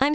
I'm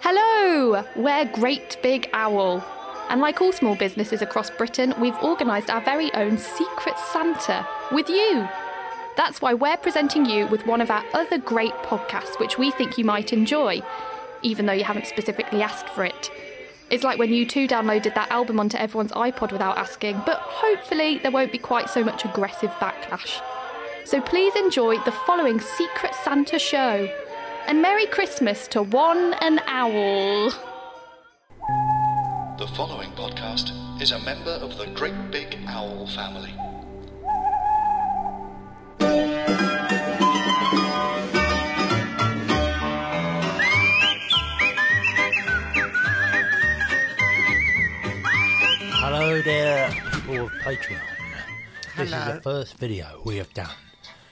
Hello! We're Great Big Owl. And like all small businesses across Britain, we've organised our very own Secret Santa with you. That's why we're presenting you with one of our other great podcasts, which we think you might enjoy, even though you haven't specifically asked for it. It's like when you two downloaded that album onto everyone's iPod without asking, but hopefully there won't be quite so much aggressive backlash. So please enjoy the following Secret Santa show. And Merry Christmas to one and owl. The following podcast is a member of the Great Big Owl family. Hello there, people of Patreon. This is the first video we have done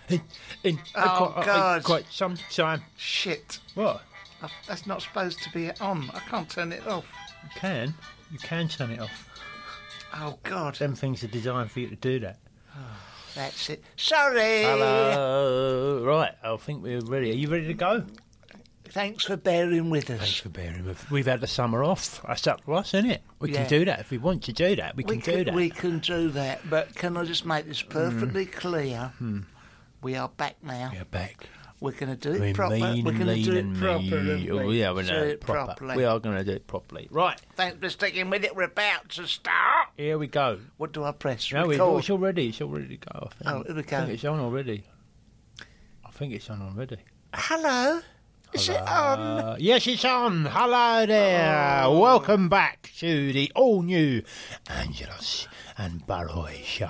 in, in Oh, quite, God. quite some time. Shit. What? I- That's not supposed to be on. I can't turn it off. You can. You can turn it off. Oh, God. Them things are designed for you to do that. That's it. Sorry. Hello. Right, I think we're ready. Are you ready to go? Thanks for bearing with Thanks us. for bearing with We've had the summer off. That's up to us, isn't it? We Yeah. can do that. If we want to do that, we, can, do that. Mm. We can do that, but can I just make this perfectly clear? Hmm. We are back now. We're back. We're going to do We're it properly. mean We're going to lean do it and properly. mean. Oh, yeah, we're do gonna it proper. properly. We are going to do it properly. Right, Thanks for sticking with it. We're about to start. here we go. What do I press? No, it's, Record. it's already. It's already go. I think. Oh, here we I go. think it's on already. I think it's on already. Hello. Is it on? Oh. Uh, yes, it's on. Hello there. Welcome back to the all new Angelos and Baroy show.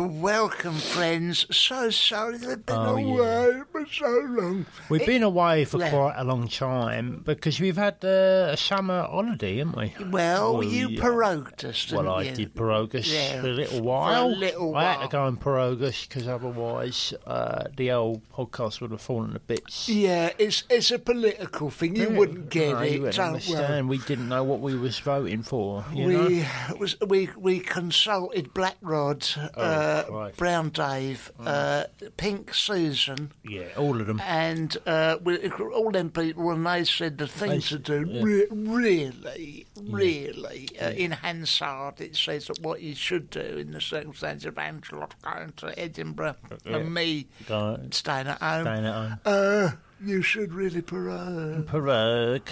Welcome, friends. So sorry they've been Oh, yeah. away for so long. We've been away for yeah. quite a long time because we've had uh, a summer holiday, haven't we? Oh, Well, you yeah. prorogued us, didn't Well, I you? did Perogus Yeah, for a for little a while. little I had while. to go in Perogus because otherwise uh, the old podcast would have fallen to bits. Yeah, it's it's a political thing. You Yeah. wouldn't eh? get No, it. You wouldn't don't understand. We didn't know what we was voting for. You worry. know? Oh, we was, we we consulted Black Rod, uh, right. Mm. Brown Dave, uh, Pink Susan, yeah, all of them. and uh, we, all them people, and they said the thing to do re- really, really uh, in Hansard. It says that what you should do in the circumstance of Angelot going to Edinburgh and me Uh, Go- staying at home. Staying at home. Uh, you should really parole. Pirogue.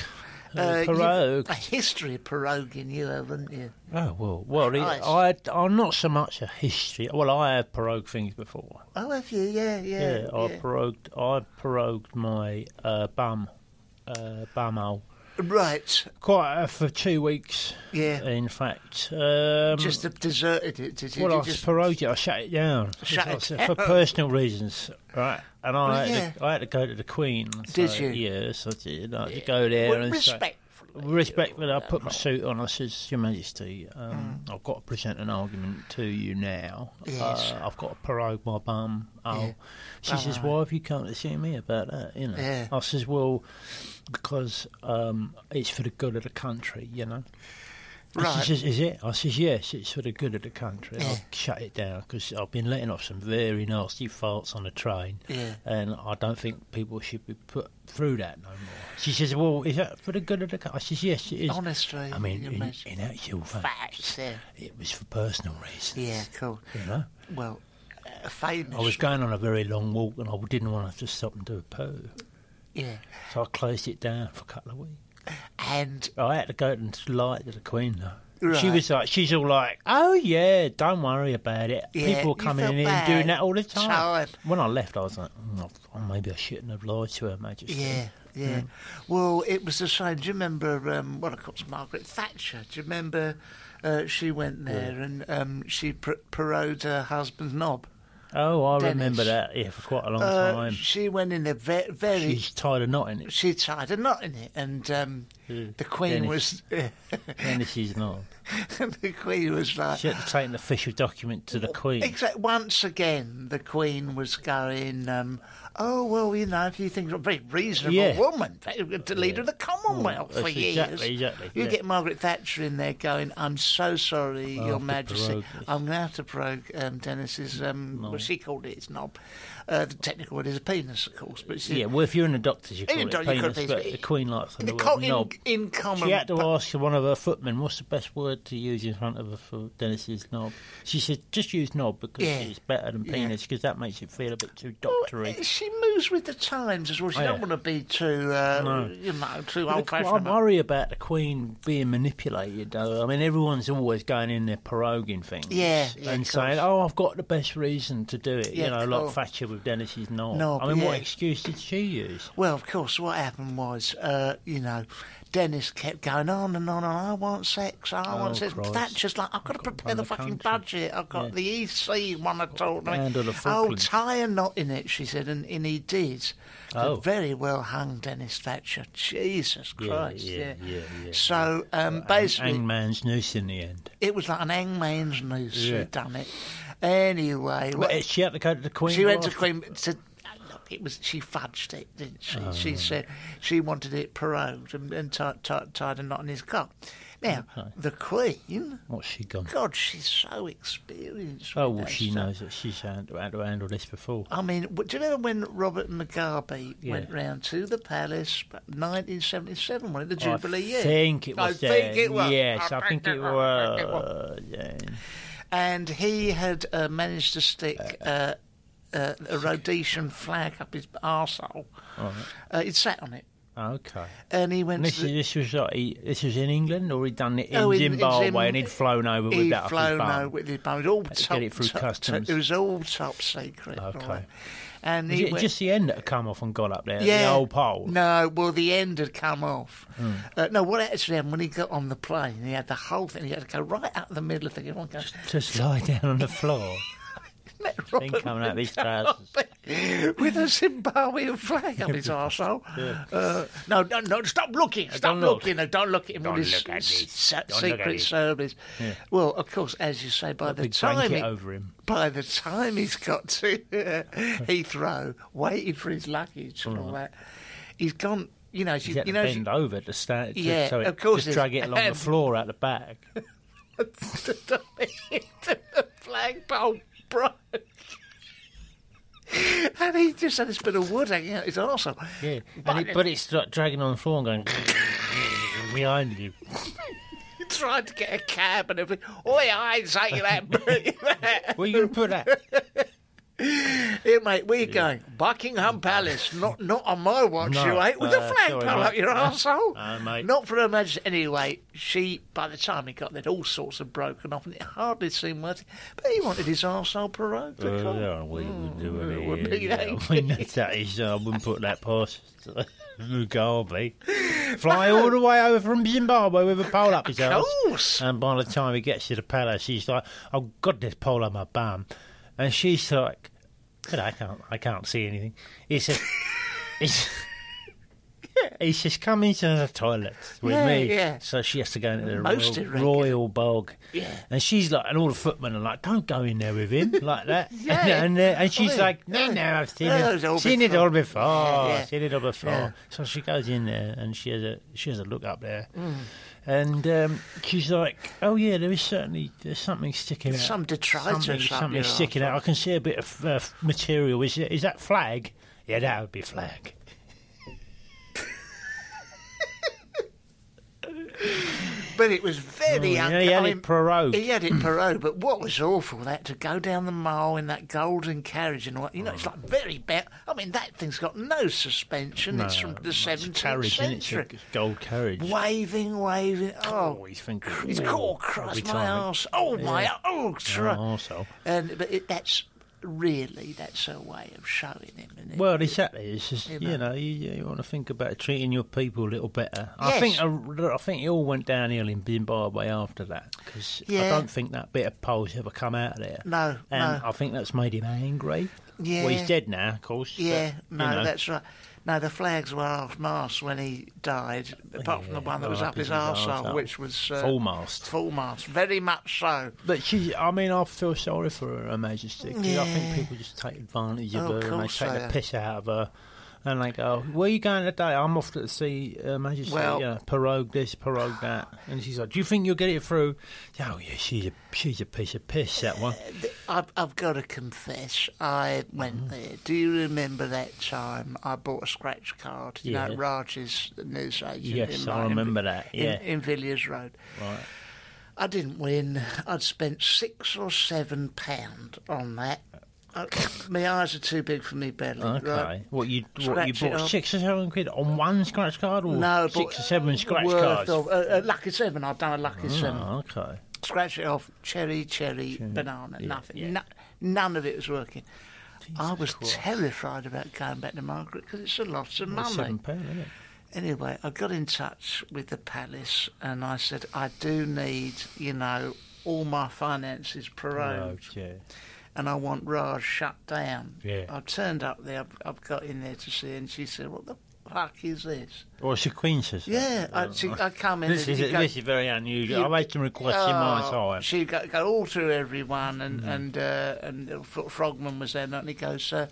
Uh, Uh, pirogue. you've A history of piroguing you, haven't you? Oh well, well, it, I, Christ. I'm not so much a history. Well, I have pirogue things before. Oh, have you? Yeah, yeah. Yeah, I pirogued. I pirogued my uh, bum, uh, bumhole. Right. Quite uh, for two weeks. Yeah. In fact, um, Just deserted it, did you? Well, You I just- parodied it. I shut it down Shut Because it I- for down. personal reasons, right? And I, Well, had to, I had to go to the Queen. so, Did you? Yes, I did. I had to go there Well, and respectfully. Say, respectfully, I put my suit on. I says, Your Majesty, um, I've got to present an argument to you now. Mm. Yes. Uh, I've got to prorogue my bum. Oh, Yeah. she says, Why have you come to see me about that? You know, Yeah. I says, Well, because um, it's for the good of the country. You know. And Right. She says, "Is it?" I says, "Yes, it's for the good of the country." I'll shut it down because I've been letting off some very nasty farts on the train, Yeah. and I don't think people should be put through that no more. She says, "Well, is that for the good of the country?" I says, "Yes, it is." Honestly, I mean, you in, must- in actual fact, Facts, yeah. it was for personal reasons. Yeah, cool. You know, Well, uh, famous. I was going on a very long walk, and I didn't want to have to stop and do a poo, Yeah. so I closed it down for a couple of weeks. And I had to go and lie to the Queen though. She Right. was like, she's all like, oh yeah, don't worry about it. Yeah, People are you coming in felt here and doing bad. that all the time. Time. When I left, I was like, mm, oh, maybe I shouldn't have lied to Her Majesty. Yeah, yeah. Well, it was the same. Do you remember, um, well, of course, Margaret Thatcher? Do you remember uh, she went there and um, she pr- parodied her husband's knob? Oh, I Dennis. remember that. Yeah, for quite a long Uh, time. she went in a ve- very She's tied a knot in it. she tied a knot in it, and um, the Queen Dennis. was Dennis's knot. the Queen was like. She had to take an official document to the Queen. Exact. Once again, the Queen was going, um, oh, well, you know, if you think you're a very reasonable Yeah. Oh, woman, very good, the leader of the Commonwealth that's for years. exactly, exactly, You yeah. get Margaret Thatcher in there going, I'm so sorry, I'll Your have to Majesty. prorogue this." I'm going to have to probe um, Dennis's, um, well, she called it his knob. Uh, the technical word is a penis, of course. but she, Yeah, well, if you're in the doctor's, you In call the it doctor, you call penis, it penis, but but the Queen likes in, the the word co- in, knob. in common. She had to pa- ask one of her footmen, "What's the best word to use in front of her for Dennis's knob?" She said, "Just use knob because Yeah. it's better than penis because that makes it feel a bit too doctory." she moves with the times as well. She Oh, don't yeah. want to be too, uh, you know, But too the- I old-fashioned. worry about the Queen being manipulated, though. I mean, everyone's always going in there proroguing things. Yeah, yeah, and of saying, course. oh, I've got the best reason to do it. Yeah, you know, cool. like Thatcher with Dennis's knob. Knob, I mean, what yeah. excuse did she use? Well, of course, what happened was, uh, you know, Dennis kept going on and on and on. I want sex. I Oh, want sex. Christ. That's just like I've got to I've got to prepare run the, the fucking country. budget. I've got the EC one to talk to me. Handle the oh, Falklands. tie a knot in it, she said, and, and he did. Oh. But Very well hung, Dennis Thatcher. Jesus Yeah, Christ. yeah, Yeah. yeah, yeah. so um, basically, Hangman's noose in the end. it was like an hangman's noose. Yeah. She done it. Anyway, But what- she had to go to the Queen. she went to after- Queen. To, look, it was she fudged it, didn't she? Oh, she said she wanted it prorogued and, and tied, tied, tied a knot in his cock. Now the Queen, What's she gone? God, she's so experienced. Oh, with well, that she stuff. knows that she's had to, had to handle this before. I mean, w- do you remember when Robert Mugabe Yeah. went round to the palace, but 1977, wasn't it? The Jubilee I year. think it I was. think then. it was. Yes, I, think, it was. then. and he had uh, managed to stick uh, uh, a Rhodesian flag up his arsehole. Uh, he'd sat on it, Okay. and he went. And this, to the- is, this was like, he, this was in England, or he'd done it in Oh, in- in Zimbabwe, Zim- and he'd flown over with He'd that flown up his bum. over with his bum. It all to top, get it through top- customs. Top, it was all top secret. all Okay. right. And Was he it went, just the end that had come off and got up there, yeah, the old pole. Hmm. No, well, the end had come off. Uh, no, what actually happened when he got on the plane? He had the whole thing. He had to go right up the middle of the. Everyone goes, Just lie down on the floor, "Isn't that then Robert coming out of his trousers. Mugabe?" with a Zimbabwean flag up his arsehole. Uh, no, no, no, stop looking. Stop Uh, don't look. looking. No, don't look at him. Don't with his look at s- this. se- Don't look at Secret this. Service. Well, of course, as you say, by the Big time blanket it, over him. by the time he's got to Heathrow, waiting for his luggage and all that, he's gone. You know, He's you, had you to know, bend over to stand, to, Yeah, so it, of course just it's- drag it along the floor out the back. the flagpole broke. And he just had this bit of wood hanging out his arsehole. Yeah, and it, but it's like dragging on the floor and going behind you. He tried to get a cab and everything. Oi, I ain't taking that. Where you going to put that? Here, mate, where you going? Buckingham Palace. Not not on my watch, No, you ain't. With a uh, flagpole sorry, up mate. your No, arsehole. no, mate. Not for her majesty. Anyway, she, by the time he got there, all sorts of broken off and it hardly seemed worth it. But he wanted his arsehole prorogued. of course. Uh, we wouldn't do it. wouldn't do yeah. that. I mean, that's- that is, uh, I wouldn't put that past Mugabe. Fly all the way over from Zimbabwe with a pole up his Of ass. course. And by the time he gets to the palace, he's like, "Oh God, this pole on my bum," and she's like, "But I can't, I can't see anything." He says, "He's." He says, come into the toilets with Yeah, me. yeah. So she has to go into the Most royal, irregular. royal bog. Yeah. And she's like, and all the footmen are like, don't go in there with him like that. Yeah. And, and, uh, and she's Yeah. like, no, no, I've seen, Yeah, it, it's all seen it before." all before. Yeah, yeah. Seen it all before. Yeah. So she goes in there and she has a, she has a look up there. Mm. And um, she's like, "Oh yeah, there is certainly there's something sticking out. Some detritus Something, up something your sticking out. I can see a bit of uh, f- material. Is it, is that flag? Yeah, that would be flag. But it was very Oh, unco- yeah, he had I it mean, prorogued. He had it prorogued, but what was awful that to go down the mile in that golden carriage and what you know, Oh. it's like very bad. I mean, that thing's got no suspension. it's from the seventeenth carriage, isn't it? It's century. a gold carriage. Waving, waving. Oh, Always think it's oh, called every cross my time. arse. Oh my, oh, Oh, tr- also. and but it, that's really, that's her way of showing him. Isn't it? Well, exactly. It's just You you know. know, you, you want to think about treating your people a little better. I Yes. think I, I think it all went downhill in Zimbabwe after that because Yeah. I don't think that bit of Pole's ever come out of there. No, and no. I think that's made him angry. well, Yeah. he's dead now, of course. but, Yeah, you no, know. that's right. No, the flags were half mast when he died, apart from the Yeah, one that was right, up his because of his arsehole, arsehole. which was uh, Full mast. Full mast, very much so. But she, I mean, I feel sorry for her, Her Majesty, 'cause I Yeah. think people just take advantage of Oh, her and they course take they the are. piss out of her. And they go, where are you going today? I'm off to see Her Majesty, Well- you know, pirogue this, pirogue that. And she's like, do you think you'll get it through? Oh, yeah, she's a, she's a piece of piss, that one. I've, I've got to confess, I Mm-hmm. went there. Do you remember that time I bought a scratch card? You know, Yeah. Raj's newsagent. Yes, in I my- in- remember that, in- yeah. in, Villiers Road. Right. I didn't win. I'd spent six or seven pound on that. Uh, my eyes are too big for me belly. Okay. Uh, right? What, you what, you Scratch it bought up. six or seven quid on one scratch card or No, six but or seven scratch worth cards? Of, uh, uh, lucky seven. I've done a lucky seven. Oh, okay. Scratch it off. Cherry, cherry, banana. nothing. No, none of it was working. I was terrified about going back to Margaret because it's a lot That's of money. seven pound, isn't it? Anyway, I got in touch with the palace and I said, I do need, you know, all my finances Oh, prorogued yeah. and I want Raj shut down. Yeah. I turned up there, I've, I've got in there to see, her, and she said, What the fuck is this? Or she queen says that. Yeah, I, she, I come in This and is, she goes- this is very unusual. You- I've had some requests in my Oh, time. She go, go all through everyone, and Mm-hmm. and uh, and F- Frogman was there, and he goes, uh,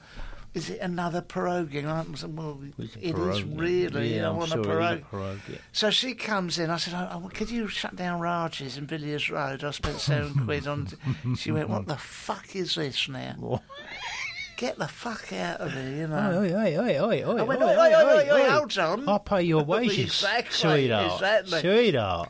"Is it another piroguing?" I was well, It's a it is pirogue, isn't it? really. Yeah, I I'm want sure a it is a pirogue. pirogue, yeah. So she comes in. I said, oh, oh, "Could you shut down Raj's in Villiers Road?" I spent seven quid on. She went, "What the fuck is this now?" Get the fuck out of here, Oh, you know. Oi, oi, oi, oi, oi, oi, I went, oi, oi, oi, oi, hold on. I'll pay your wages. Exactly, Sweetheart. exactly. Sweetheart.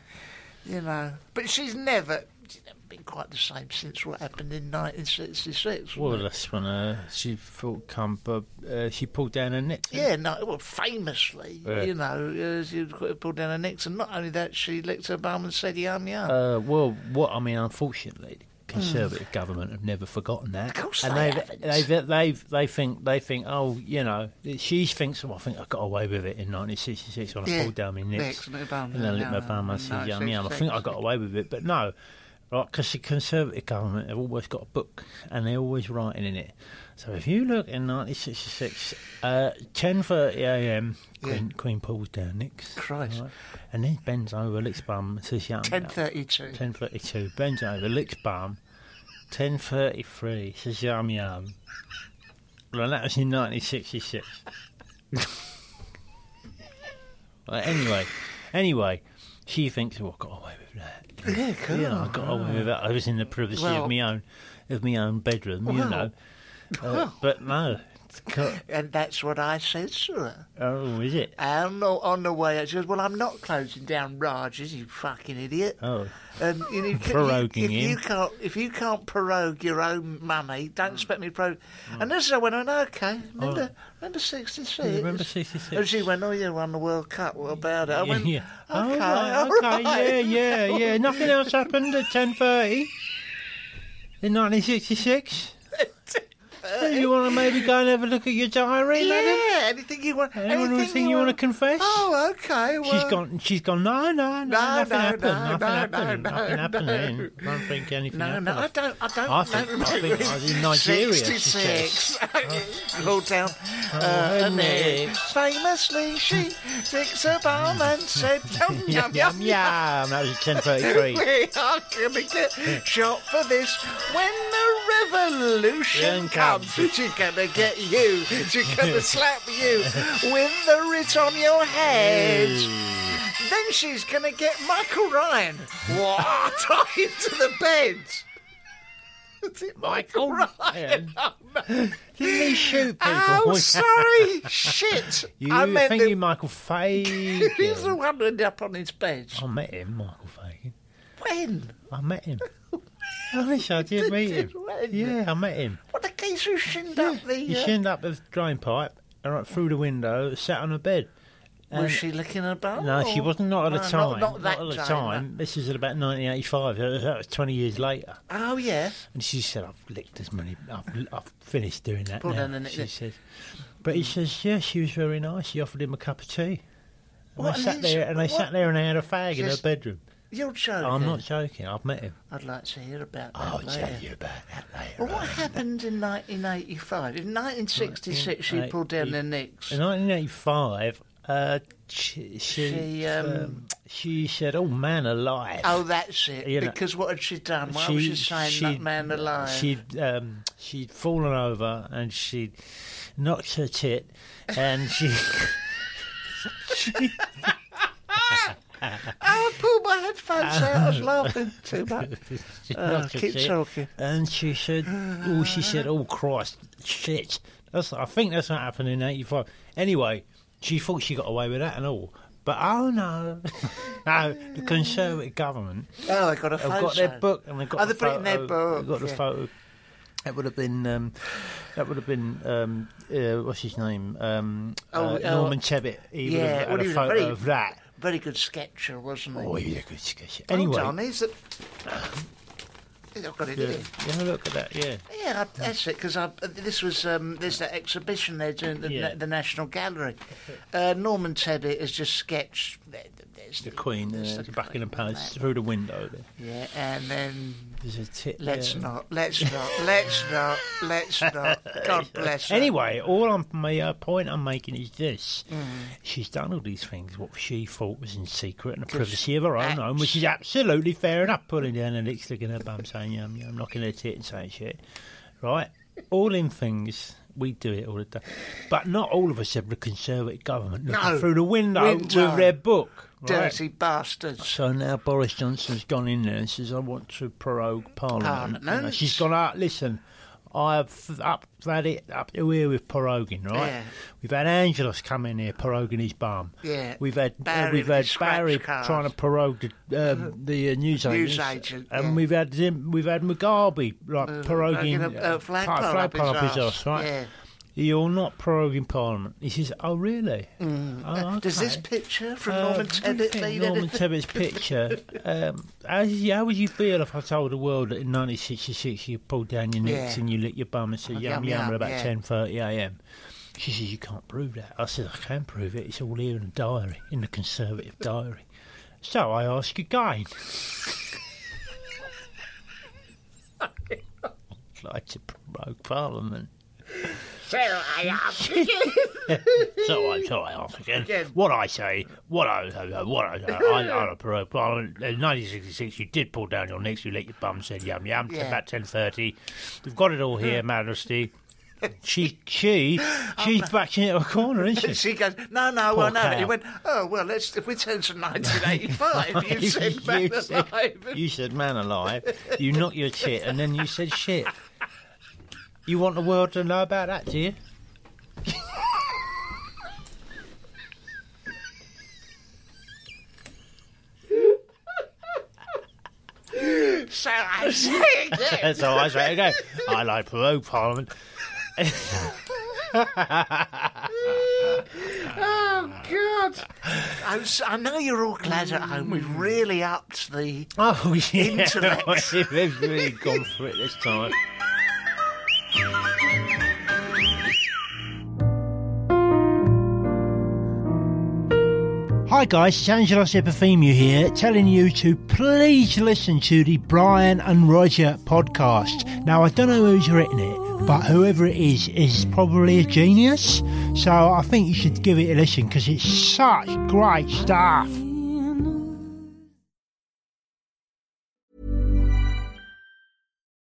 you know. But she's never she's never been quite the same since what happened in 1966. Well, that's when uh, she thought come, but uh, she pulled down her neck. didn't Yeah, no, well, famously, Yeah. you know, uh, she qu- pulled down her necks, and not only that, she licked her bum and said, "Yum yum." Uh, well, what I mean, unfortunately, the Conservative government have never forgotten that. Of Hmm. course and they haven't. they've, they've, they've, they think they think oh you know she thinks well, I think I got away with it in 1966 when Yeah. I pulled down my nips Next, little bum, and I lit no, my bum and no, said yum yum. I 66. think I got away with it, but no. Right, because the Conservative government have always got a book and they're always writing in it. So if you look in 1966, uh, 10:30 a.m. Queen, Queen pulls down Nick's. Christ. right, and then bends over, licks bum, and says, "Yum." yum." 10:32. 10.32, bends over, licks bum. 10.33, says yum yum. Well, that was in 1966. well, anyway, anyway, she thinks, oh, I got away with that. Yeah, cool. You know, I got away with that. I was in the privacy Well- of my own, of my own bedroom, you Well. know. Uh, but no. it's co- And that's what I said to her. Oh, is it? I'm not on the way. out. She goes, "Well, I'm not closing down Rogers, you fucking idiot." Oh. And you know, if you- Proroguing if you him. can't if you can't prorogue your own money, don't Mm. expect me to prorogue. And this is I went on. Okay, remember remember sixty six. Yeah, Oh. remember 66. And she went, oh yeah, won the World Cup. What about it? I went, yeah. okay, oh, all right, okay, right." yeah, yeah, yeah. Nothing else happened at ten thirty in nineteen sixty six. You want to maybe go and have a look at your diary, madam? Yeah, anything you want? Anyone anything thing you want to confess? Oh, okay. Well, She's gone. She's gone. No, no, no. No, nothing no, happened. no, nothing no, happened. no, nothing no, happened. no. then. I don't think anything No, happened. no, I don't. I don't. I think, I think I was in Nigeria. she said. Sixty-six. Hold down. her Uh, neck. neck. Famously, she sticks her bum and said, "Yum yum Yum yum yum." yum. That was ten thirty-three. We are gonna get shot for this when the revolution Then comes. comes. She's gonna get you. She's gonna slap you with the writ on your head. Then she's gonna get Michael Ryan. What? Tie him to the bed. Is it Michael Ryan? Oh, no. Didn't he shoot people? Oh, sorry. Shit. You, I I meant think the- you Michael Fagan. He's the one who ended up on his bed. I met him, Michael Fagan. When? I met him. Honest, I did meet him. Did you? Yeah, I met him. What the geese who shinned up the. He uh, uh, shinned up the drain pipe and right through the window, sat on a bed. And- Was she looking about? No, she wasn't. Not at the Oh. No, time. Not, not that at the time. time. This is at about 1985. uh, That was 20 years later. Oh, yes. And she said, "I've licked as many. I've, I've finished doing that Put now." on the neck she there. says. But he says, "Yeah, she was very nice. She offered him a cup of tea." And What they an sat there, insult. and they What? sat there and they had a fag in her Just- bedroom. You're joking. I'm not Oh, joking. I've met him. I'd like to hear about that I'll later. tell you about that later. Oh, Well, what happened in 1985? In 1966, she pulled down the Knicks. In 1985, uh, she she, She, um, um, she said, "Oh man, alive!" Oh, that's it. You know, because what had she done? Why was she saying that man alive? She'd um, she'd fallen over and she'd knocked her tit, and she Oh, I pulled my headphones out. I was laughing too much. she Oh, knocked her keep tit, talking. and she said, "Oh, she said, oh Christ, shit." That's I think that's what happened in '85. Anyway, she thought she got away with that and all. But oh no, no! The Conservative government Oh, I got a have photo. got their book and they've got Oh, the they put it in their photo- they've got book, the yeah. photo. That would have been um, that would have been um, uh, what's his name um, Oh, uh, oh. Norman Chebbett. He would Yeah, have well, had he a was photo very- of that. Very good sketcher, wasn't he? Oh, he was a good sketcher. Hold Anyway, uh, on, he's a... I've got it yeah, here. yeah, look at that. Yeah, Yeah, I- that's it. Because this was um, there's that exhibition they're doing at the, Yeah. Na- the National Gallery. Uh, Norman Tebbit has just sketched. there- There's the Queen there's uh, back the in the Queen and palace through the window. There. that. Yeah, and then There's a tit. let's there. not, let's not, let's not, let's not. God bless. her. Anyway, all I'm, my uh, point I'm making is this: Mm. she's done all these things what she thought was in secret and the privacy of her own that's- home, which is absolutely fair enough. Pulling down her licks, licking her bum, saying yum yum, knocking her tit and saying shit, right? All in things. We do it all the time, but not all of us have the Conservative government looking No. through the window, Window. with their book. right? dirty bastards. So now Boris Johnson's gone in there and says, I want to prorogue Parliament. Parliament. You know, she's gone out, listen, I've up had it up to here with proroguing, right? Yeah. We've had Angelos come in here proroguing his bum. Yeah. We've had uh, Barry we've with had the Barry scratch card. trying to prorogue the, um, the uh, news agents, Newsagent, and yeah. Uh-huh. we've had him, we've had Mugabe like proroguing like in a- a flagpole part- up his flagpole arse, arse, right? yeah. You're not proroguing Parliament. He says, "Oh, really? Oh, Mm. Does this okay." picture from Uh, Norman what do you Tebbit think, mean Norman anything? Tebbett's picture. Um, how, did you- how would you feel if I told the world that in 1966 you pulled down your necks Yeah. and you licked your bum and said yum yum, yum at yum, about yeah. 10:30 a.m. She says you can't prove that. I said I can prove it. It's all here in the diary, in the Conservative diary. So I ask again. I'd like to provoke Parliament. So I, so I ask again. What I say, what I, uh, what I, uh, I, I, I pro- well, in 1966, you did pull down your necks, you let your bum said yum yum. Yeah. About 10:30, we've got it all here, Majesty. She, she, she's backing into a corner, isn't she? She goes, no, no, well, Poor no. He cow. went, oh, well, let's, if we turn to 1985, you said man you said- alive. you said man alive. You knocked your shit, and then you said shit. You want the world to know about that, do you? So I say again. That's how I say it again. I like provoke Parliament. Oh God! I'm s- I know you're all glad at home. We've really upped the. Oh, yeah. Intellect. They've really gone for it this time. Hi guys, Sangelos Epifemu here, telling you to please listen to the Brian and Roger podcast. Now, I don't know who's written it, but whoever it is is probably a genius. So I think you should give it a listen because it's such great stuff.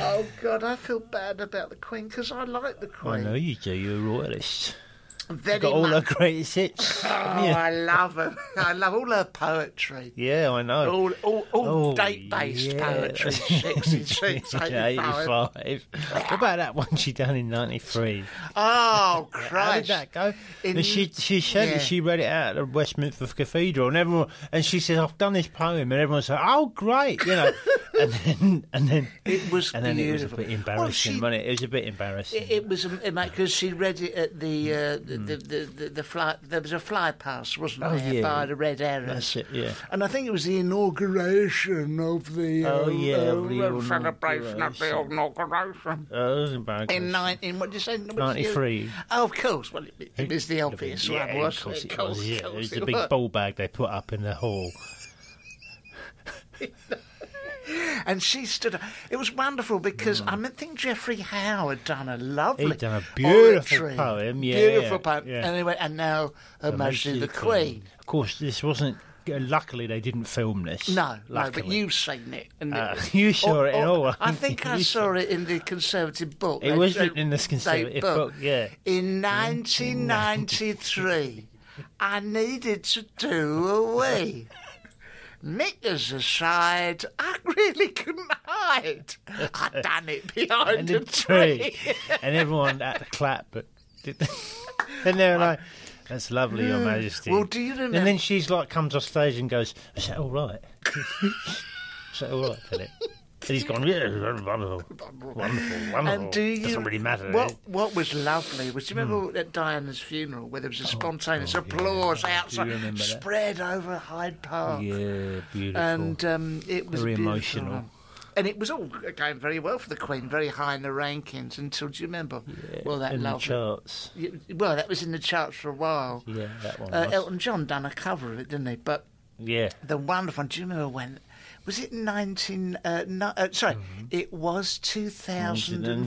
Oh God, I feel bad about the Queen because I like the I Queen know you do. You're a royalist. very Got all her much. greatest hits. Oh, I love her. I love all her poetry. Yeah, I know. All, all, all Oh, date-based yeah. poetry, 66, 85. 85. what about that one she done in 93? Oh, How did Christ. that go? In- And she she said yeah. it, she read it out at Westminster Cathedral, and everyone and she said, "I've done this poem," and everyone said, "Oh, great!" You know, and then and then It was and then it was a beautiful. bit Well, embarrassing, she- wasn't it? It was a bit embarrassing. It, it was because she read it at the, uh, the, the, the the fly. There was a fly pass, wasn't Oh, there, yeah. by the Red Arrows? That's it, yeah. And I think it was the inauguration of the Oh, uh, yeah, uh, of the uh, celebration of the inauguration Uh, it was embarrassing. in nineteen. What did you say? What did you- 93. Oh, of course. Well, it, it was the obvious yeah, one, wasn't of course it? it was. Yeah, course it was it a big was. ball bag they put up in the hall. And she stood. up. It was wonderful because I mean, I think Jeffrey Howe had done a lovely, Mm. He'd done a beautiful oratory. poem, yeah, beautiful poem. yeah. Anyway, and now Her Majesty the Queen. Of course, this wasn't. Luckily, they didn't film this. No, no, luckily. but you've seen it. And Uh, it- you saw or- it in or- all. Oh, I think I You saw it in the Conservative book. It They- was they- written in this they Conservative book, yeah. Mm-hmm. In 1993, I needed to do away. Knickers aside, I really couldn't hide. I done it behind and the a tree. tree, and everyone had to clap. But and they're like, "That's lovely, Your Majesty." Mm. Well, do you And remem- then she's like, comes off stage and goes, "Is that all right? Is that all right, Philip?" And he's gone, "Yeah, wonderful, wonderful, wonderful." And do you, Oh, Doesn't really matter. eh? Hmm. What What was lovely was do you remember at Diana's funeral where there Oh, was a spontaneous applause outside, remember that. spread over Hyde Park, Yeah, beautiful. and um, it was Very a beautiful emotional. one. And it was all going very well for the Queen, very high in the rankings until do you remember? well, that in the lovely. charts. y- well, that was in the charts for a while. Yeah, that one. Uh, was. Elton John done a cover of it, didn't he? But yeah. the wonderful one. Do you remember when? Was it 19? Uh, no, uh, sorry, Mm-hmm. it was 2004.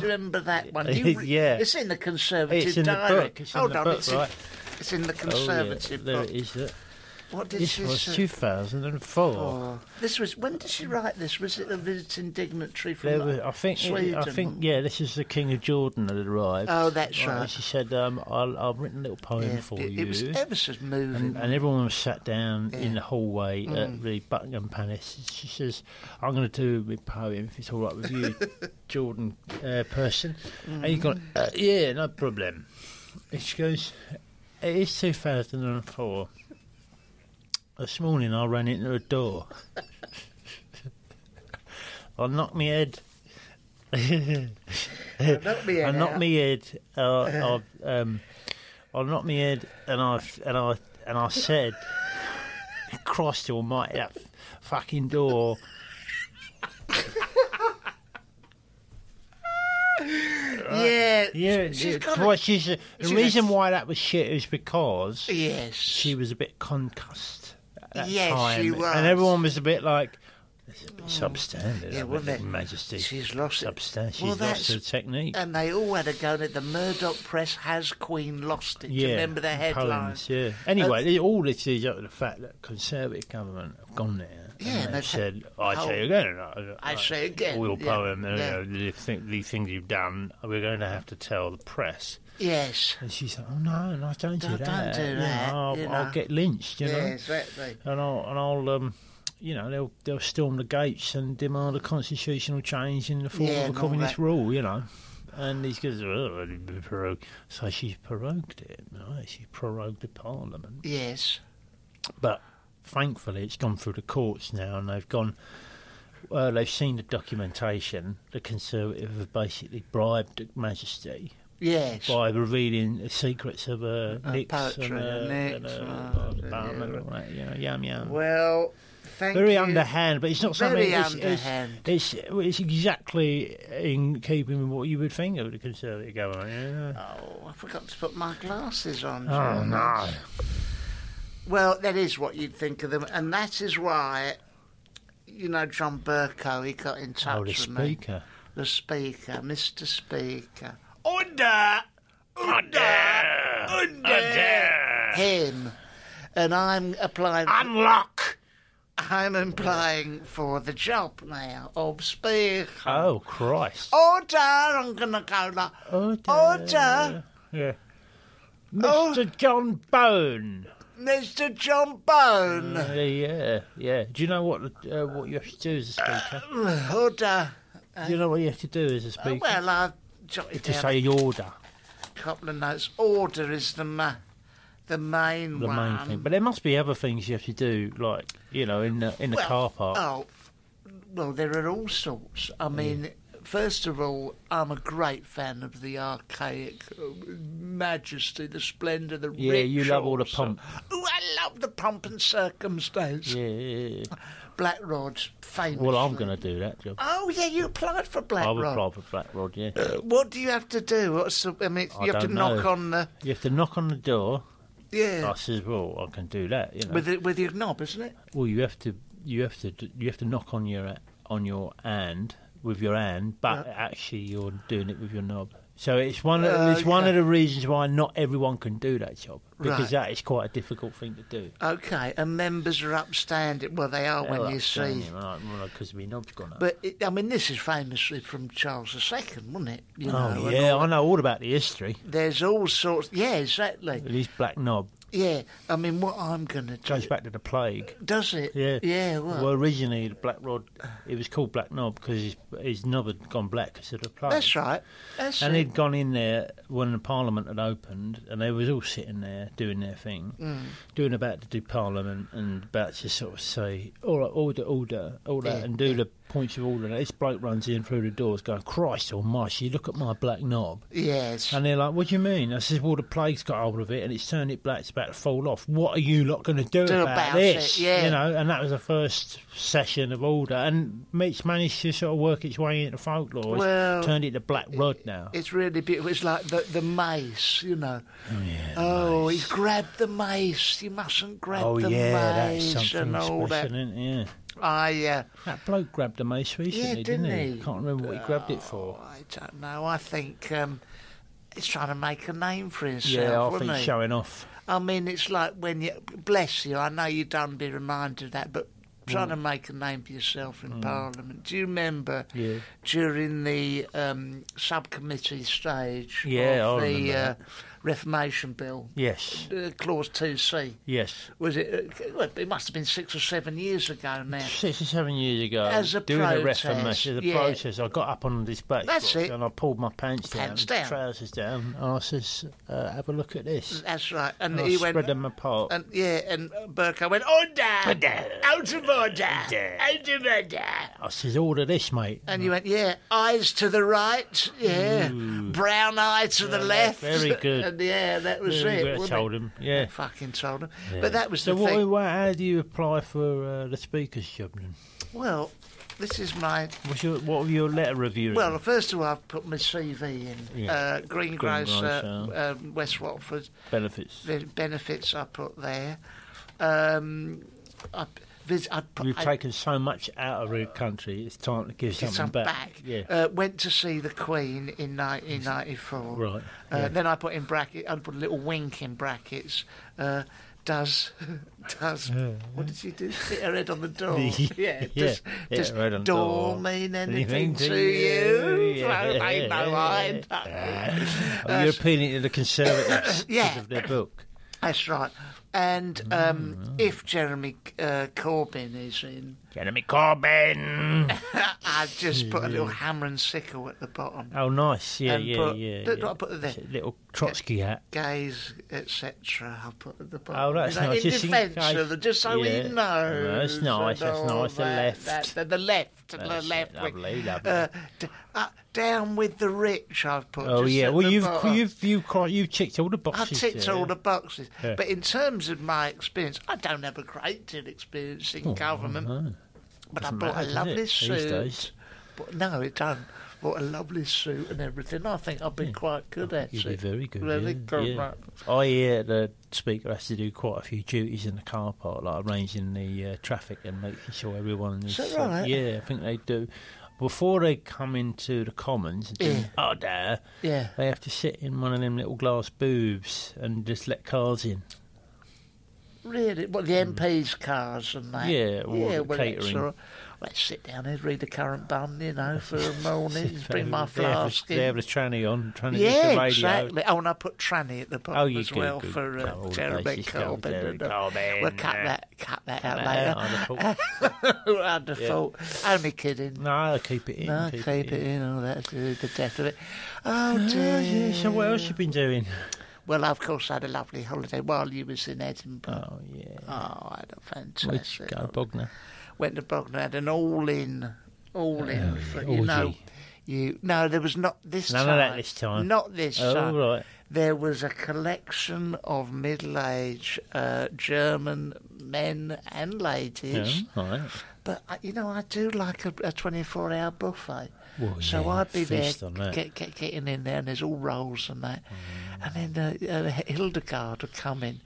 2004. Do you remember that one? Do you Yeah. It's in the Conservative It's in the diary. book, it's in Hold the on, book, it's, right. in, it's in the Oh, yeah. Conservative There book. it is. Look. What did This she was say? 2004. Oh, this was when did she write this? Was it a visiting dignitary from There was, I think, Sweden? I think, yeah, this is the King of Jordan that arrived. Oh, that's right. She said, um, I'll, "I've written a little poem Yeah, for it, you," it was ever so moving. and, and everyone was sat down Yeah. Mm. in the hallway at the Buckingham Palace. She says, "I'm going to do my poem if it's all right with you, Jordan uh, person." And Mm. you gone, uh, "Yeah, no problem." And she goes, "It is 2004." This morning I ran into a door. I knocked my head. Knock me I head knocked out. my head. Uh, I've, um, I knocked my head, and I and I and I said, "Christ Almighty, that fucking door!" yeah, Yeah, she's yeah, got. well, A, she's, the she's reason a- why that was shit is because yes, she was a bit concussed. At that Yes, time, she And was. Mm. everyone was a bit like. "It's a bit substandard, Yeah, I wasn't think, it? Majesty. She's lost it. Substan- She's Well, lost that's- her technique. And they all had a go at it. The Murdoch press has Queen lost it. Do you remember the Uh, headline? poems, yeah. Anyway, all this is up to the fact that Conservative government have gone there. Yeah, and and they've they've said, had I whole- say again, and I, I say again, All your yeah, poem, and, yeah. you know, the, thing, the things you've done, we're going to have to tell the press. Yes. And she's like, oh, no, no, don't do No, don't that. do you know, that, I'll, you I'll know." get lynched, you Yeah, know. exactly. And I'll, and I'll um, you know, they'll, they'll storm the gates and demand a constitutional change in the form Yeah, of a and all communist that. rule, you know. And he goes, oh, prorogue. so she's prorogued it. Right? She's prorogued the parliament. Yes. But thankfully, it's gone through the courts now, and they've gone. Well, they've seen the documentation. The Conservative have basically bribed Her Majesty Yes. by revealing the secrets of her uh, Nicks and poetry, her, Nicks, and her uh, Obama and all that. You know, yum yum. Well, thank Very you. underhand, but it's not something. Very it's, it's- underhand. It's, it's, exactly in keeping with what you would think of the Conservative government. Yeah. Oh, I forgot to put my glasses on. Oh John. no! Well, that is what you'd think of them, and that is why, you know, John Burko, he got in touch Oh, the with me. speaker. The speaker, Mr. Speaker. Under! Under! Under! Him. And I'm applying. Unlock! I'm applying for the job now of speaker. Oh, Christ. Order! I'm gonna go like. Order. Oh, Order! Yeah. Mr. John Bone. Mr. John Bone! Uh, yeah, yeah. Do you know what uh, what you have to do as a speaker? Order! do you know what you have to do as a Oh, speaker? well, I've jotted to down say your order, a couple of notes. Order is the ma- the main the one. main thing. But there must be other things you have to do, like you know, in the in the well, car park. Oh, well, there are all sorts. I mean, first of all, I'm a great fan of the archaic uh, majesty, the splendour, the Yeah, you love all the rituals. pomp. Ooh, I love the pomp and circumstance. Yeah, yeah, yeah. Black Rod, famous. Well, I'm going to do that job. Oh yeah, you applied for Black I would Rod. Uh, apply for black rod. Yeah, What do you have to do? What's the, I mean, I you have to don't knock know. on the you have to knock on the door. yeah I says, well, I can do that. You know, with it, with your knob, isn't it? well, you have to you have to d- you have to knock on your on your hand with your hand, but actually you're doing it with your knob. So it's one of, Uh, it's one of the reasons why not everyone can do that job because Right. that is quite a difficult thing to do. Okay, and members are upstanding. Oh, Well, they are when you see. because my knob's gone up. But it, I mean, this is famously from Charles II, wasn't it? You know, oh and yeah, all- I know all about the history. There's all sorts. Yeah, exactly. At least black knob Yeah, I mean, what I'm going to do goes back to the plague. does it? Yeah, Yeah. Well, Well, originally the black rod, it was called black knob because his, his knob had gone black because of the plague. that's right. That's And it. he'd gone in there when the Parliament had opened, and they was all sitting there doing their thing, Mm. doing about to do Parliament, and about to sort of say, "All right, order, order, all that," Yeah, and do the points of order. And this bloke runs in through the doors, going, "Christ Almighty, look at my black knob!" Yes. And they're like, "What do you mean?" I says, "Well, the plague's got hold of it, and it's turned it black. It's about to fall off. What are you lot going to do, Do about it, this?" yeah. You know. And that was the first session of order, and it's managed to sort of work its way into folklore. It's Well, turned it to black rod now. It's really beautiful. It's like the the mace, you know. Oh, he's grabbed the mace. You mustn't grab Oh the yeah, mace that's something and special, all that. isn't it? Yeah. I uh, That bloke grabbed a mace recently, didn't didn't, he? he? Can't remember what he grabbed it for. I don't know. I think um, he's trying to make a name for himself. Yeah, I wasn't think he? showing off. I mean, it's like when you bless you. I know you don't be reminded of that, but trying Mm. to make a name for yourself in Parliament. Do you remember Yeah. during the um, subcommittee stage Yeah, of I the remember uh, that. Reformation Bill, Yes, uh, Clause Two C? yes. Was it? Uh, well, it must have been six or seven years ago now. Six or seven years ago, As a doing protest, a reformation, as a yeah. protest, I got up on this back That's block it. and I pulled my pants, Pants down, down. trousers down, and I says, uh, "Have a look at this." That's right. And, And I he spread went. them apart. And yeah, and Burko went order, out of order, out of order. I says, "Order this, mate." And you went, yeah, eyes to the right, yeah, brown eye to the left. very good. And yeah, that was Very it. good, I wasn't told it? him, yeah. I fucking told him. But that was so, the what, thing. what- how do you apply for uh, the speaker's job then? Well, this is my. What's your, what were your letter review? Well, first of all, I've put my CV in. Yeah. Uh, greengrocer, Greengrocer. um, West Watford. benefits. The benefits I put there. Um, I, vis- I put, We've I- taken so much out of our country, it's time to give Get something some back. Yeah. Uh, went to see the Queen in 1994. Right, Uh, yeah. Then I put in bracket. I put a little wink in brackets. Uh, does does what did she do? Hit her head on the door. yeah. Yeah, Does, hit does her head on the door, door. mean anything, Anything to to you? you? Yeah, Well, I yeah, know. yeah, I know. Oh, you're appealing to the Conservatives Yeah. because of their book. That's right. And Mm. um, if Jeremy uh, Corbyn is in, Jeremy Corbyn. I've just put a little hammer and sickle at the bottom. Oh, nice. Yeah, And yeah, put- yeah. look yeah. what I put there. It's a Little Trotsky hat. gays, etc. I'll put at the Oh, bottom. that's You know, nice. In Just in defence case. of the, just so Yeah. we know. No, that's nice, that's nice, the left. the, the left. That's the it, left. wing. lovely, lovely. Uh, d- uh, down with the rich, I've put. Oh just yeah. at Well, the you've bottom. you've you've quite, you've ticked all the I've boxes. ticked there. all the boxes. Yeah. But in terms of my experience, I don't have a great deal of experience in government. But I Oh, Doesn't bought matter, a does lovely it, these suit. days? But no, it don't. What a lovely suit and everything. I think I've been quite good at You'd it. Oh, be very good. Really yeah, good. yeah. right. I uh, the speaker has to do quite a few duties in the car park, like arranging the uh, traffic and making sure everyone is. that safe. right? yeah, I think they do. Before they come into the commons, and do Yeah. oh there, Yeah. they have to sit in one of them little glass booths and just let cars in. Really? Well, the MP's cars and that. Hmm. Yeah, or yeah, the well, that's catering. all right. Let's sit down here, read the current bun, you know, for a morning. They bring my have- they have flask a- They have in. a tranny on, trying to use the Yeah, radio. exactly. Oh, and I put tranny at the bottom Oh, you as do, well good. for Oh, uh, nice, Jeremy it's called Corbyn. Jeremy and all. Corbyn, We'll cut uh, that, cut that out Yeah, later. I thought- Wonderful. Only kidding. no, they keep it in. No, keep it in, all that, the the death of it. Oh, dear. Oh, yeah, so what else you been doing? Well, of course, I had a lovely holiday while you was in Oh Edinburgh. yeah, Oh, I had a let's fantastic go Bognor. went to Bognor, had an all-in, all-in. for, you Oh, orgy. know, you no, there was not this None time. of that this time. Not this Oh, time. right. There was a collection of middle-aged uh, German men and ladies. Yeah, all right. But I, you know, I do like a, a 24-hour buffet. Well, so yeah, I'd be there, feast on that. get, get, getting in there, and there's all rolls and that. Mm. And then uh, uh, Hildegard would come in,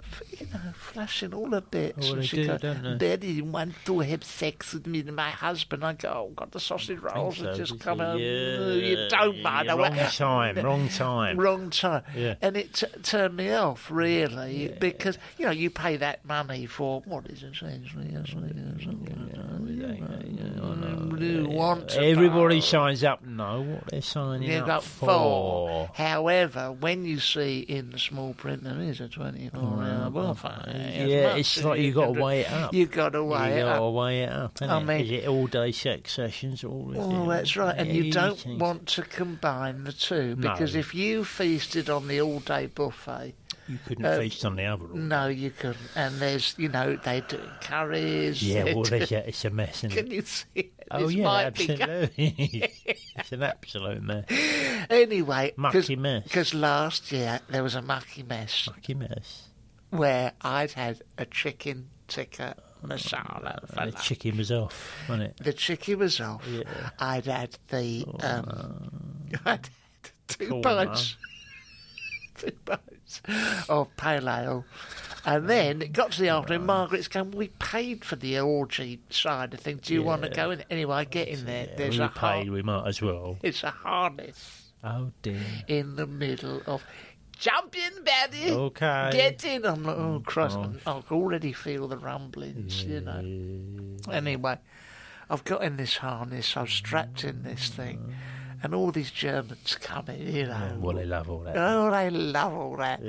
f you know, flashing all her bits. Oh, and they she'd do, go, don't they? Betty, you want to have sex with me and my husband? I go, oh, got the sausage rolls and so, just did come you? home. Yeah, You don't mind. I wrong went, time, wrong time. Wrong time. Yeah. And it t- turned me off, really, because, you know, you pay that money for, what is it, essentially, essentially, essentially, you want to Everybody buy. signs up. No, what they're signing You've up got for? four. However, when you see in the small print there is a 24 hour buffet. as Mm-hmm. Yeah, much it's as like you you got can to do- weigh it up. You've got to weigh you it gotta up. weigh it up. I innit? mean- is it all day sex sessions? All Oh, that's right. And you don't Everything. want to combine the two because No. if you feasted on the all day buffet, You couldn't Uh, feast on the other. all no, you couldn't. And there's, you know, they do curries. Yeah, they well, do- there's, yeah, it's a mess. Isn't Can it? you see it? Oh, This yeah, might be go- absolutely. it's an absolute mess. Anyway, Mucky mess. Because last year there was a mucky mess. Mucky mess. where I'd had a chicken tikka masala for And the lunch. chicken was off, wasn't it? the chicken was off. I'd had the Oh, um, I'd had two Cool, pints, two pints of pale ale, and then it got to the afternoon. Margaret's going. We paid for the orgy side of things. Do you want to go in? Anyway, I get in there. Yeah, There's we a paid, har- we might as well. It's a harness Oh, dear. in the middle of. Jump in, Betty. Okay. Mm, Get in. I'm like, oh, Christ. I'm- I can already feel the rumblings, you know. Anyway, I've got in this harness. I've strapped in this thing. Mm. And all these Germans coming, you know. Well, they love all that. Oh, they love all that.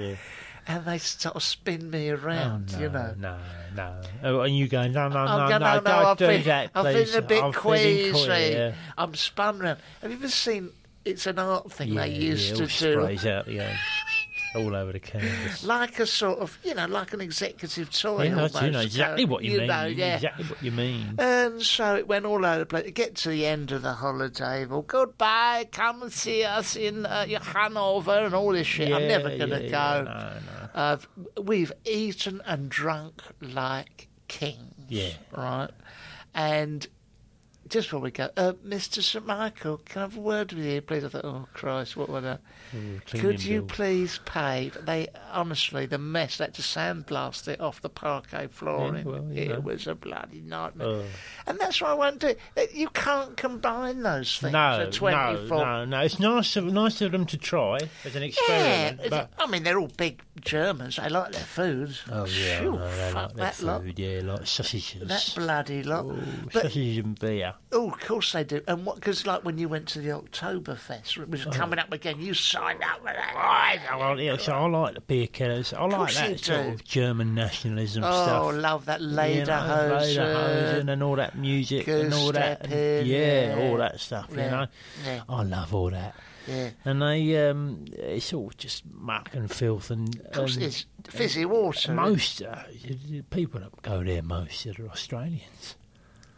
And they sort of spin me around, you know. Oh, No, no. Oh, and you go, no, no, I'm no, going, no, no, no, don't I've do been, that, I've please. been a bit I'm queasy. feeling queasy. Yeah, I'm spun round. Have you ever seen? It's an art thing yeah, they used yeah, to all do. sprays out the end. All over the canvas. like a sort of, you know, like an executive toy. Yeah, almost, you know exactly so, what you, mean. know, you know yeah. Exactly what you mean. And so it went all over the place. Get to the end of the holiday. Well, goodbye. Come and see us in uh, your Hanover and all this shit. I'm Yeah, never going to yeah, yeah, go. no, no. Uh, we've eaten and drunk like kings. Yeah. Right. And just before we go, uh, Mr. St. Michael, can I have a word with you, please? I thought, oh, Christ, what would I. clean Could him, you Bill. please pay? They honestly, the mess they had to sandblast it off the parquet flooring. well, you it know. Oh. was a bloody nightmare. And that's why I won't do it. You can't combine those things. No, at no, 24. no, no. It's nice of, nice of them to try as an Yeah, experiment. it's- but I mean they're all big Germans. They like their food. oh yeah, Phew, no, they fuck like their that lot. food. Oh. Yeah, like sausages. That bloody lot. but sausages and beer. Oh, of course they do. And what? Because like when you went to the Oktoberfest, it Oh. was coming up again. You signed up for that. I like, yeah, so I like the beer killers. I like course you that sort do. of German nationalism stuff. Oh, love that You know, Lederhosen. Lederhosen and all that music and all that, and- Goose-stepping, yeah, yeah. all that stuff. Yeah, You know, yeah. I love all that. Yeah. And they, um, it's all just muck and filth, and, Of course, and it's fizzy water. most uh, the people that go there most are Australians.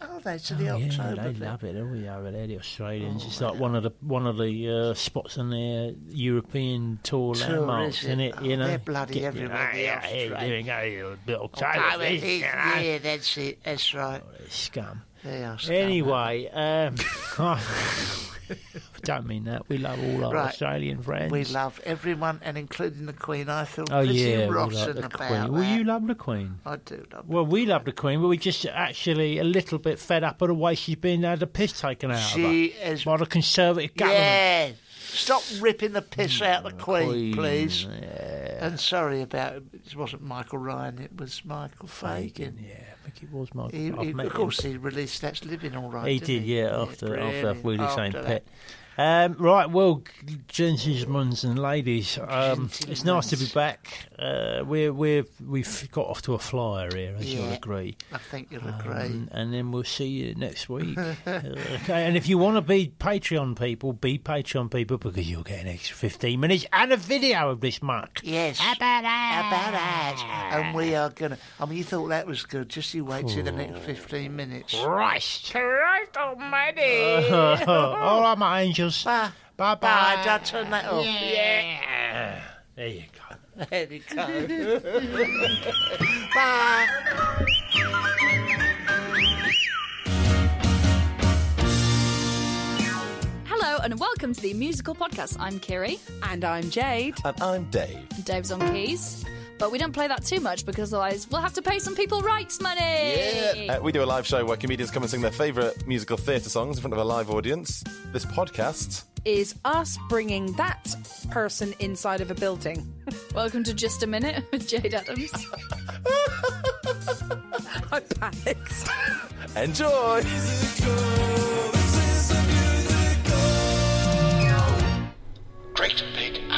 Oh, they to the Oh, yeah, October. Oh, they love it. Oh yeah, over there, the Australians. it's like one of the one of the uh, spots on their European tour Tour, landmarks, is it? isn't it? Oh, You know, they're bloody Get- everywhere, the Yeah, yeah, Australians. there we go. you Little Oh, Taylor, it is. you know. Yeah, that's it. That's right. Scum. They are scum. Anyway, um, Don't mean that. We love all our Right. Australian friends. We love everyone, and including the Queen. I feel Oh pretty yeah, we rotten love the about Queen. that. Well, you love the Queen. I do love. Well, we love the Queen, but we're just actually a little bit fed up of the way she's been had the piss taken out She of her is- by the Conservative government. Mm, Yeah, stop ripping the piss out of the Queen, please. And sorry about it. It wasn't Michael Ryan. It was Michael Fagan. Yeah, I think it was my. He, I've he, met of him. course, he released That's Living All Right. He did, didn't yeah, after after brilliant. we the same After pet. Um, right, well, g- gentlemen and ladies, um, it's nice to be Gentlemen's. back. Uh, we're we're we've got off to a flyer here, as you'll Yeah. agree. that. I think you'll Um, agree. and then we'll see you next week. okay, and if you want to be Patreon people, be Patreon people because you'll get an extra 15 minutes and a video of this muck. Yes. How about that? And we are going to. I mean, you thought that was good. Just you wait till the next 15 minutes. Christ! Christ almighty. All right, my angels. Bye. Bye Bye. bye. Don't turn that off. There you go. yeah. There you go. Bye. Hello and welcome to the musical podcast. I'm Kiri. And I'm Jade. And I'm Dave. Dave's on keys. But we don't play that too much because otherwise we'll have to pay some people rights money. Uh, we do a live show where comedians come and sing their favourite musical theatre songs in front of a live audience. This podcast, Is us bringing that person inside of a building. Welcome to Just a Minute with Jade Adams. I panicked. enjoy! Great Big